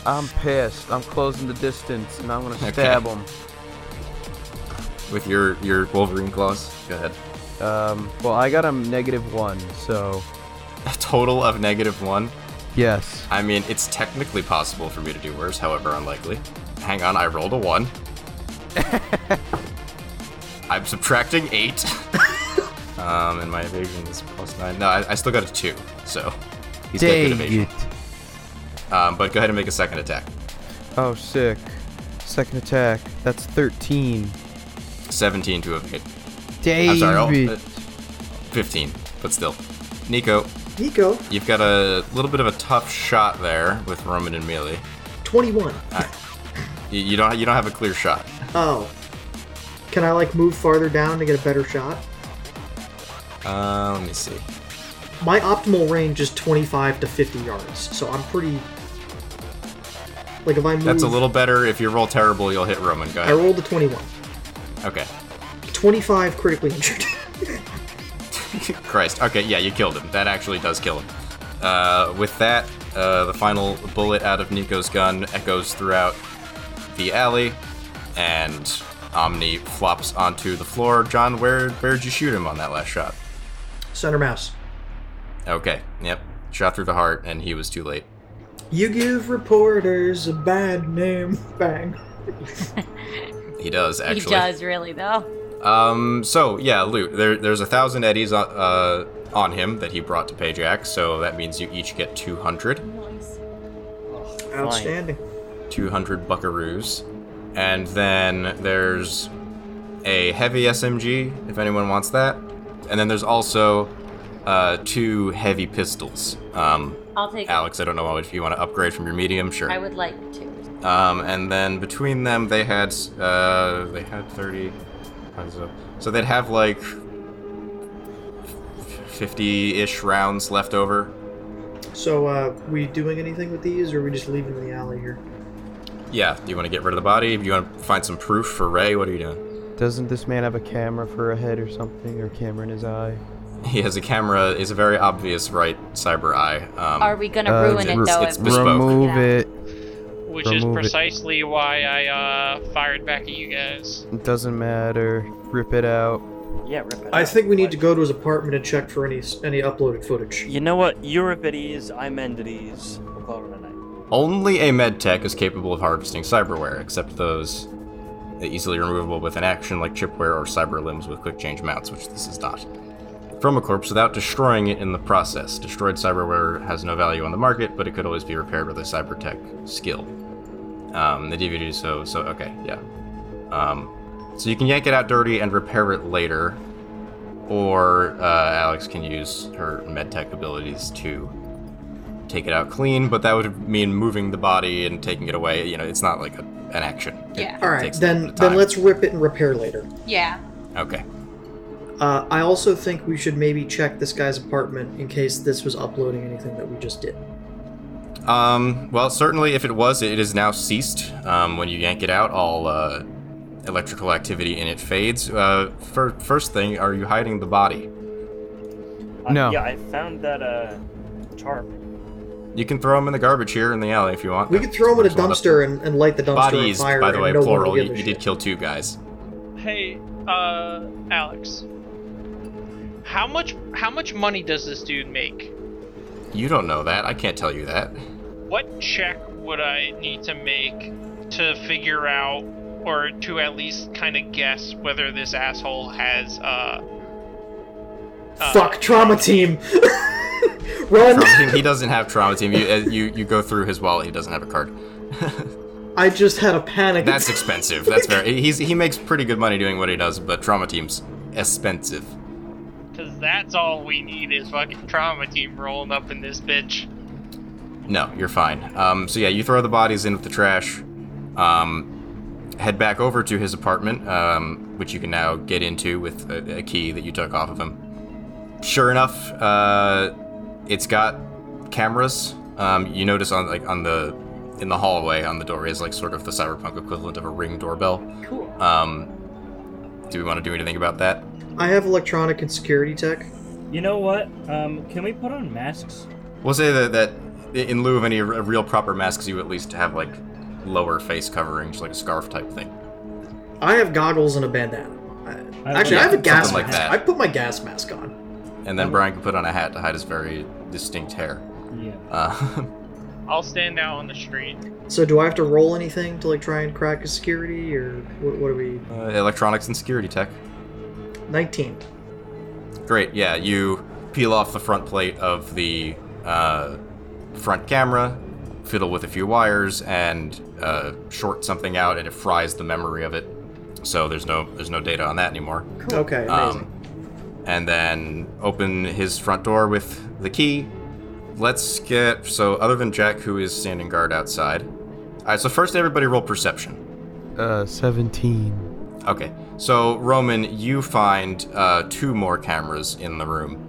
S4: I'm pissed. I'm closing the distance, and I'm gonna stab him.
S2: with your your Wolverine claws? Go ahead. [laughs]
S4: Um, well, I got a negative one, so
S2: A total of negative one.
S4: yes.
S2: I mean, it's technically possible for me to do worse, however unlikely. Hang on, I rolled a one. I'm subtracting eight. [laughs] um, and my evasion is plus nine. No, I, I still got a two, so he's got good evasion. Um, but go ahead and make a second attack.
S4: Oh, sick. Second attack. That's 13.
S2: 17 to evade.
S4: David.
S2: I'm sorry, I'll- uh, 15, but still. Nico,
S6: Nico,
S2: you've got a little bit of a tough shot there with Roman and Mealy.
S6: 21.
S2: You, you don't you don't have a clear shot.
S6: Oh. Can I, like, move farther down to get a better shot?
S2: Uh, let me see.
S6: My optimal range is 25 to 50 yards, so I'm pretty. Like, if I move.
S2: That's a little better. If you roll terrible, you'll hit Roman. Go
S6: I
S2: ahead.
S6: rolled a 21.
S2: Okay. [laughs]
S6: 25 critically injured. [laughs]
S2: Christ. Okay, yeah, you killed him. That actually does kill him. Uh, with that, uh, the final bullet out of Nico's gun echoes throughout the alley, and Omni flops onto the floor. John, where where'd you shoot him on that last shot?
S6: Center mouse.
S2: Okay. Yep. Shot through the heart, and he was too late.
S6: You give reporters a bad name. [laughs] Bang.
S2: He does actually.
S3: He does really though.
S2: Um, so yeah, loot. There, there's a thousand eddies on, uh, on him that he brought to Payjack, so that means you each get 200,
S3: Nice.
S6: Outstanding.
S2: 200 buckaroos, and then there's a heavy SMG if anyone wants that, and then there's also uh, two heavy pistols. Um,
S3: I'll take.
S2: Alex, I don't know if you want to upgrade from your medium, sure.
S3: I would like to.
S2: Um, and then between them, they had uh, they had thirty. times up. So they'd have like fifty-ish rounds left over.
S6: So, uh, we doing anything with these, or are we just leaving them in the alley here?
S2: Uh, Yeah. Do you want to get rid of the body? Do you want to find some proof for Ray? What are you doing?
S4: Doesn't this man have a camera for a head or something, or a camera in his eye?
S2: He has a camera. Is a very obvious right cyber eye. Um,
S3: Are we gonna
S4: Uh,
S3: ruin it
S2: it's-
S3: though?
S2: it's
S3: if-
S2: bespoke.
S4: Remove it.
S7: Which is
S4: Remove it.
S7: precisely why I uh, fired back at you guys.
S4: It doesn't matter. Rip it out.
S5: Yeah, rip it
S6: I
S5: up.
S6: think we need
S5: Like,
S6: to go to his apartment and check for any any uploaded footage.
S5: You know what? Euripides, Imendides. We'll call it a night.
S2: only a medtech is capable of harvesting cyberware, except those easily removable with an action like chipware or cyber limbs with quick change mounts, which this is not. From a corpse without destroying it in the process. Destroyed cyberware has no value on the market, but it could always be repaired with a cybertech skill. Um, the DVD, so so okay, yeah. Um, so you can yank it out dirty and repair it later, or uh, Alex can use her medtech abilities to take it out clean. But that would mean moving the body and taking it away. You know, it's not like a, an action.
S3: Yeah.
S6: All right,
S2: takes a
S6: then
S2: little bit of
S6: then
S2: time.
S6: let's rip it and repair later.
S3: yeah.
S2: Okay.
S6: Uh, I also think we should maybe check this guy's apartment in case this was uploading anything that we just did.
S2: Um, well, certainly, if it was, it is now ceased. Um, when you yank it out, all uh, electrical activity in it fades. Uh, fir- first thing, are you hiding the body?
S5: I-
S4: No.
S5: yeah, I found that uh, tarp.
S2: You can throw them in the garbage here in the alley if you want.
S6: We could throw him in a dumpster and, and light the dumpster
S2: Bodies,
S6: on fire.
S2: by the way,
S6: and no
S2: plural.
S6: One will
S2: You,
S6: give a
S2: you
S6: shit.
S2: did kill two guys.
S7: Hey, uh, Alex. How much how much money does this dude make?
S2: You don't know that. I can't tell you that.
S7: What check would I need to make to figure out or to at least kind of guess whether this asshole has uh uh,
S6: Fuck trauma team. [laughs] Run!
S2: Trauma team, he doesn't have trauma team. You, uh, you you go through his wallet. He doesn't have a card.
S6: I just had a panic.
S2: That's expensive. That's very. He's he makes pretty good money doing what he does, but trauma team's expensive.
S7: cuz that's all we need is fucking trauma team rolling up in this bitch.
S2: No, you're fine. Um, so yeah, you throw the bodies in with the trash, um, head back over to his apartment, um, which you can now get into with a, a key that you took off of him. Sure enough, uh, it's got cameras. Um, you notice on like on the in the hallway on the door is like sort of the cyberpunk equivalent of a ring doorbell.
S3: Cool.
S2: Um, do we want to do anything about that?
S6: I have electronic and security tech.
S8: You know what? Um, can we put on masks?
S2: We'll say that, that in lieu of any r- real proper masks, you at least have like lower face coverings, like a scarf type thing.
S6: I have goggles and a bandana.
S8: I
S6: Actually, I have a gas
S2: Something like
S6: mask.
S2: that.
S6: I put my gas mask on.
S2: And then Brian can put on a hat to hide his very distinct hair.
S8: Yeah.
S2: Uh, [laughs]
S7: I'll stand out on the street.
S6: So do I have to roll anything to like try and crack his security, or what, what are we?
S2: uh, electronics and security tech.
S6: Nineteen.
S2: Great, yeah. You peel off the front plate of the uh, front camera, fiddle with a few wires, and uh, short something out, and it fries the memory of it. So there's no there's no data on that anymore.
S6: Okay,
S2: Um,
S6: amazing.
S2: and then open his front door with the key. Let's get so other than Jack, who is standing guard outside. All right, so first everybody roll perception.
S4: Uh, 17.
S2: Okay. So, Roman, you find uh, two more cameras in the room,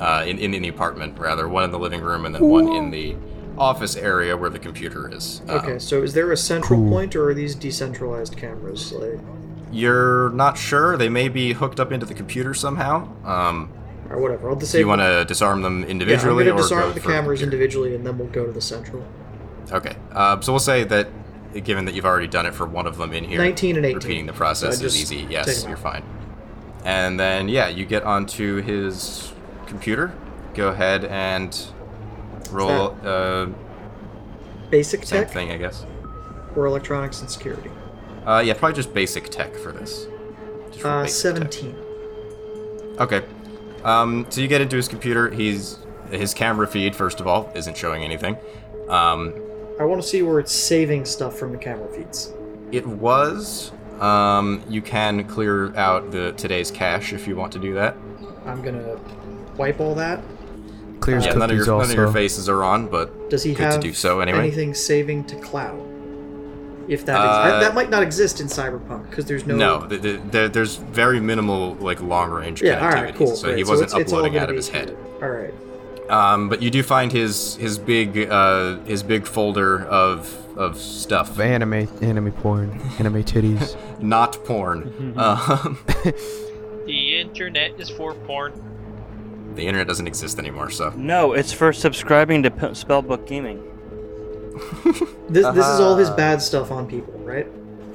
S2: uh, in, in, in the apartment, rather. One in the living room and then one in the office area where the computer is. Um,
S6: Okay, so is there a central
S4: Cool.
S6: point, or are these decentralized cameras? Like,
S2: You're not sure. They may be hooked up into the computer somehow. Um,
S6: or whatever. I'll
S2: do
S6: disable.
S2: you want to disarm them
S6: Yeah, I'm
S2: individually
S6: gonna
S2: or
S6: disarm
S2: go
S6: the
S2: for
S6: cameras
S2: computer?
S6: individually, and then we'll go to the central.
S2: Okay. Uh, so, we'll say that given that you've already done it for one of them in here,
S6: 19 and 18.
S2: repeating the process
S6: So I
S2: is
S6: just
S2: easy.
S6: take
S2: Yes,
S6: them
S2: you're
S6: out.
S2: fine. And then yeah, you get onto his computer. Go ahead and roll uh,
S6: Basic
S2: same
S6: tech
S2: thing, I guess.
S6: or electronics and security.
S2: Uh, yeah, probably just basic tech for this. Just roll
S6: Uh,
S2: basic tech.
S6: seventeen.
S2: Okay. Um, so you get into his computer. He's his camera feed first of all isn't showing anything. Um,
S6: I want to see where it's saving stuff from the camera feeds.
S2: It was. Um, you can clear out the today's cache if you want to do that.
S6: I'm gonna wipe all that.
S4: Clears
S2: yeah,
S4: cookies
S2: none of your
S4: also.
S2: none of your faces are on, but
S6: Does he
S2: good
S6: have
S2: to do so anyway.
S6: anything saving to cloud? If that
S2: Uh,
S6: ex- that might not exist in Cyberpunk because there's no.
S2: No, th th there, there's very minimal like long range
S6: Yeah. All
S2: connectivity,
S6: right. Cool.
S2: so
S6: great.
S2: he wasn't
S6: it's- it's all
S2: uploading
S6: gonna
S2: out of
S6: be
S2: his head.
S6: here. All right.
S2: Um, but you do find his his big uh, his big folder of of stuff,
S4: Anime, anime porn, anime titties.
S2: not
S6: [laughs]
S2: porn. um, [laughs]
S7: The internet is for porn.
S2: the internet doesn't exist anymore, so
S5: No, it's for subscribing to P- Spellbook Gaming.
S6: This this is all his
S2: Uh-huh.
S6: bad stuff on people, right?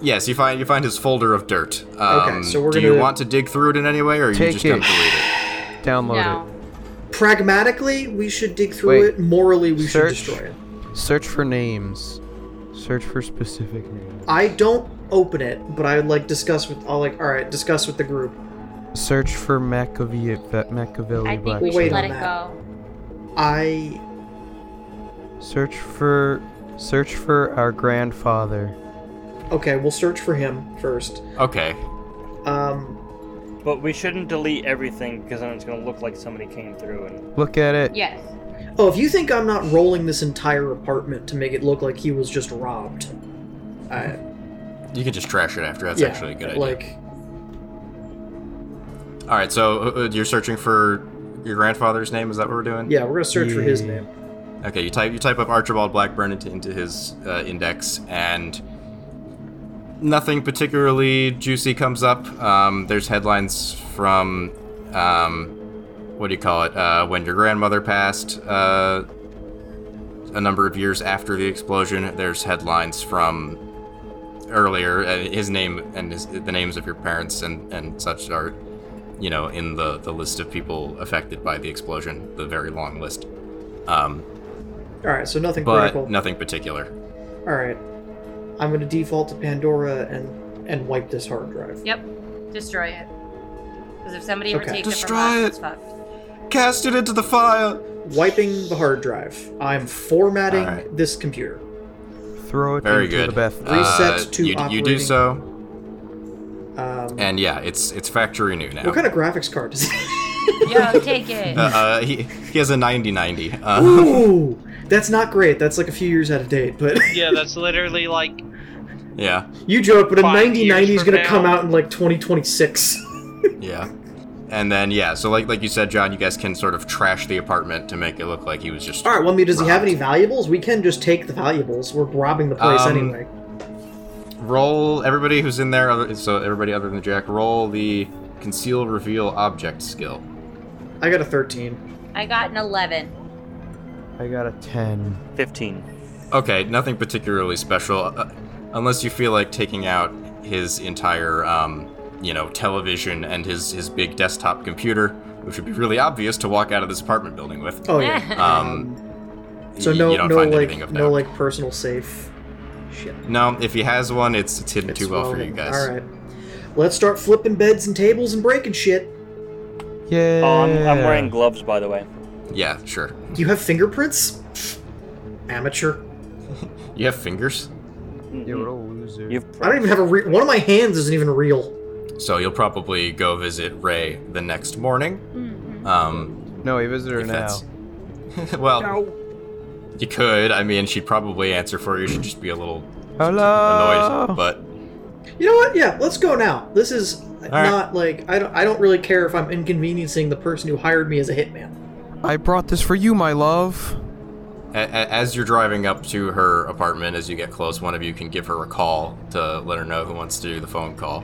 S2: yes, you find you find his folder of dirt. Um,
S6: Okay, so we're
S2: do you
S6: gonna-
S2: want to dig through it in any way, or are you
S4: Take
S2: just gonna
S4: it.
S2: delete it?
S4: Download
S3: No.
S6: Pragmatically, we should dig through
S4: Wait.
S6: it. Morally, we
S4: Search.
S6: should destroy it.
S4: it. Search for names. Search for specific names.
S6: I don't open it, but I would like discuss with. I'll like all right, discuss with the group.
S4: Search for Machiavelli. Machiavelli
S3: I think
S4: Black
S3: we
S6: Wait
S3: should
S6: on
S3: let it
S6: that.
S3: go.
S6: I
S4: Search for search for our grandfather.
S6: okay, we'll search for him first.
S2: Okay.
S6: Um,
S5: But we shouldn't delete everything because then it's gonna look like somebody came through and
S4: Look at it.
S3: Yes.
S6: oh, if you think I'm not rolling this entire apartment to make it look like he was just robbed, I,
S2: You can just trash it after. That's
S6: yeah,
S2: actually a good idea.
S6: Like,
S2: All right, so uh, uh, you're searching for your grandfather's name. Is that what we're doing?
S6: yeah, we're gonna search for his
S4: Yeah.
S6: name.
S2: Okay, you type you type up Archibald Blackburn into, into his uh, index, and nothing particularly juicy comes up. Um, there's headlines from, um, what do you call it? Uh, when your grandmother passed, uh, a number of years after the explosion. There's headlines from earlier. Uh, his name and his, the names of your parents and and such are, you know, in the the list of people affected by the explosion. The very long list. Um,
S6: All right, so nothing
S2: but
S6: critical.
S2: nothing particular.
S6: All right, I'm gonna default to Pandora and and wipe this hard drive.
S3: Yep. Destroy it. Because if somebody ever
S6: Okay.
S3: takes
S2: Destroy
S3: it from us, it's fucked.
S2: Cast it into the fire.
S6: Wiping the hard drive. I'm formatting
S2: All right.
S6: this computer.
S4: Throw it
S2: Very
S4: into
S2: good. Ah. Uh,
S4: the bathroom.
S6: Reset to
S2: you, you do
S6: operating-
S2: so,
S6: Um,
S2: and yeah, it's it's factory new now.
S6: what kind of graphics
S2: [laughs]
S6: card does it?
S3: Yo, take [laughs] it.
S2: uh, uh, he he has a 9090. Uh, [laughs]
S6: Ooh, that's not great. That's like a few years out of date. But [laughs]
S7: Yeah, that's literally like
S2: yeah,
S6: you joke, but a
S7: Five
S6: 9090
S7: years
S6: is gonna
S7: from
S6: come
S7: now.
S6: out in like 2026.
S2: yeah. And then yeah, so like like you said, John, you guys can sort of trash the apartment to make it look like he was just.
S6: All right. Well, I mean, does he have
S2: robbed.
S6: any valuables? We can just take the valuables. We're robbing the place
S2: Um,
S6: anyway.
S2: Roll everybody who's in there. Other, so everybody other than Jack, roll the conceal reveal object skill.
S6: I got a 13.
S3: I got an 11. [laughs]
S4: I got a ten.
S5: 15.
S2: Okay, nothing particularly special, uh, unless you feel like taking out his entire um, you know, television and his his big desktop computer, which would be really obvious to walk out of this apartment building with.
S6: Oh yeah.
S2: [laughs] Um,
S6: so
S2: y-
S6: no,
S2: you don't
S6: no
S2: find
S6: like,
S2: anything of
S6: no
S2: note.
S6: like personal safe. Shit.
S2: No, if he has one, it's it's hidden
S6: It's
S2: too well for you
S6: relevant.
S2: guys.
S6: All right. Let's start flipping beds and tables and breaking shit.
S4: Yeah.
S5: Oh, I'm, I'm wearing gloves, by the way.
S2: Yeah, sure.
S6: You have fingerprints? Amateur.
S2: You have fingers,
S4: Yeah, what a loser.
S5: You've
S6: I don't even have a re- one of my hands isn't even real.
S2: so you'll probably go visit Ray the next morning.
S3: Mm-mm.
S2: Um,
S4: no, a visitor
S2: if
S4: now.
S2: that's- [laughs] well, you could. I mean, she'd probably answer for you. She'd just be a little
S4: Hello.
S2: annoyed, but
S6: You know what? Yeah, let's go now. This is
S2: right.
S6: not like I don't I don't really care if I'm inconveniencing the person who hired me as a hitman.
S4: I brought this for you, my love.
S2: A- a- As you're driving up to her apartment, as you get close, one of you can give her a call to let her know who wants to do the phone call.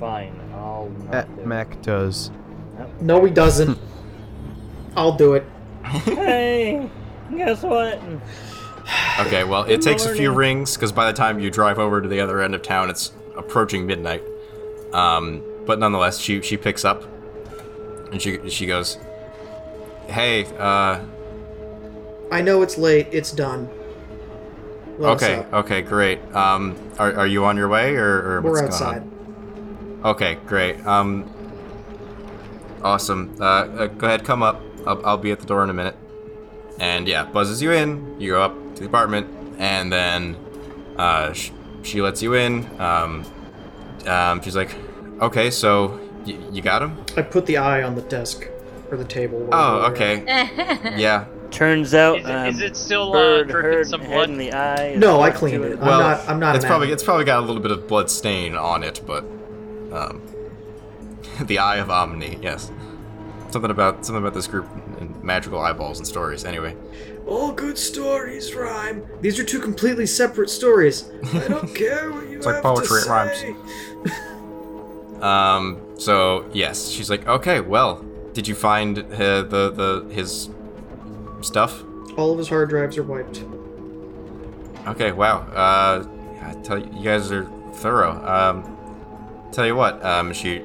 S8: Fine, I'll
S6: Uh,
S8: not
S4: Eh,
S8: do it.
S4: Mac does.
S6: No, he doesn't.
S2: Hmm.
S6: I'll do it.
S5: Hey, guess what?
S2: Okay, well, it takes a few rings because by the time you drive over to the other end of town, it's approaching midnight. Um, but nonetheless, she she picks up and she she goes, "Hey, uh,
S6: I know it's late. It's done. Let us
S2: okay,
S6: up.
S2: okay, great. Um, are, are you on your way or, or
S6: We're
S2: what's
S6: outside.
S2: going on? Okay, great. Um, awesome. Uh, uh, go ahead, come up. I'll, I'll be at the door in a minute. And yeah, buzzes you in. You go up to the apartment, and then uh, sh- she lets you in. Um, um, she's like, "Okay, so y- you got him?
S6: I put the eye on the desk or the table. where we
S2: Oh,
S6: were.
S2: okay. Yeah.
S5: Turns out,
S7: Is, it-
S5: um,
S7: is it still uh,
S5: bird
S7: dripping
S5: hurt
S7: some
S5: head
S7: blood?
S5: in the eye. is
S6: No, I
S5: stuck
S6: cleaned
S5: to
S6: it. I'm
S2: well,
S6: not. I'm not.
S2: it's
S6: an
S2: probably
S6: animal.
S2: it's probably got a little bit of blood stain on it, but um, [laughs] the eye of Omni, yes. Something about something about this group and magical eyeballs and stories. Anyway,
S6: All good stories rhyme. These are two completely separate stories.
S2: [laughs]
S6: I don't care what you
S2: It's
S6: have
S2: like poetry,
S6: to
S2: it rhymes.
S6: say.
S2: um, so yes, she's like, okay, well, did you find uh, the the his stuff?
S6: All of his hard drives are wiped.
S2: Okay, wow. Uh, I tell you, you guys are thorough. Um, tell you what, um, she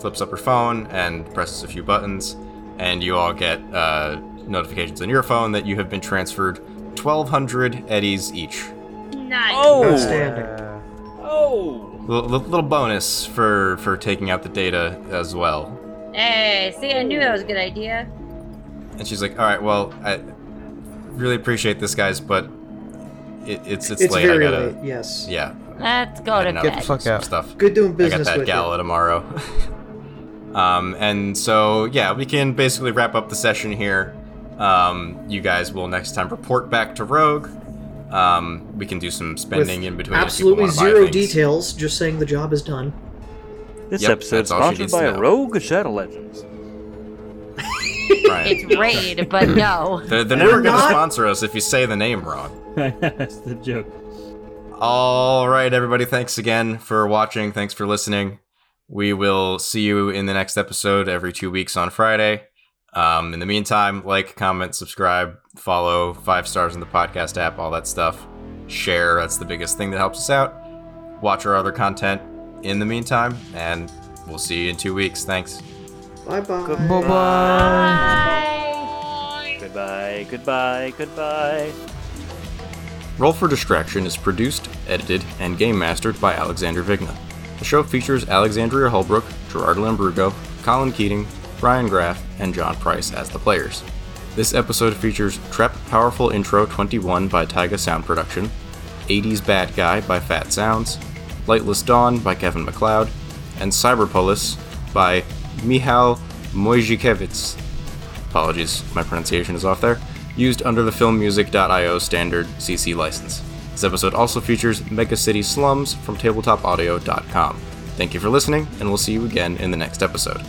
S2: flips up her phone and presses a few buttons, and you all get uh, notifications on your phone that you have been transferred 1,200 eddies each.
S3: nice.
S5: Oh,
S6: Outstanding.
S5: oh,
S2: Little, little bonus for for taking out the data as well.
S3: Hey, see, I knew that was a good idea.
S2: And she's like, "All right, well, I really appreciate this, guys, but it, it's it's,
S6: It's,
S2: late.
S6: very
S2: I gotta,
S6: late. Yes.
S2: yeah,
S3: Let's go
S2: I
S3: to
S2: know.
S4: Get the
S3: bed.
S4: fuck
S2: some
S4: out.
S2: stuff."
S6: Good doing
S2: I got
S6: business
S2: that
S6: with you.
S2: gala tomorrow. [laughs] um, and so yeah, we can basically wrap up the session here. Um, you guys will next time report back to Rogue. Um, we can do some spending in between. if people
S6: Absolutely
S2: wanna buy
S6: zero
S2: things.
S6: details. Just saying the job is done.
S5: this
S2: Yep,
S5: episode's
S2: that's all she
S5: sponsored
S2: needs to
S5: by
S2: know.
S5: Rogue Shadow [laughs] Legends.
S2: Right.
S3: It's raid, but
S2: [laughs]
S3: no.
S2: They're,
S6: [laughs]
S2: they're never
S6: We're
S2: going to
S6: not-
S2: sponsor us if you say the name wrong.
S8: That's the joke.
S2: All right, everybody. Thanks again for watching. Thanks for listening. We will see you in the next episode every two weeks on Friday. Um, in the meantime, like, comment, subscribe, follow, five stars in the podcast app, all that stuff. Share. That's the biggest thing that helps us out. Watch our other content in the meantime, and we'll see you in two weeks. Thanks.
S6: Bye bye.
S4: Bye
S3: Ah.
S4: bye.
S5: Goodbye, goodbye, goodbye.
S2: Roll for Distraction is produced, edited, and game mastered by Alexander Vigna. The show features Alexandria Holbrook, Gerard Lambrugo, Colin Keating, Brian Graff, and John Price as the players. This episode features Trap Powerful Intro 21 by Taiga Sound Production, 80s Bad Guy by Fat Sounds, Lightless Dawn by Kevin McLeod, and Cyberpolis by Mihal Mojikevitz. Apologies, my pronunciation is off there. Used under the filmmusic.io standard CC license. This episode also features Mega City Slums from tabletopaudio.com. Thank you for listening, and we'll see you again in the next episode.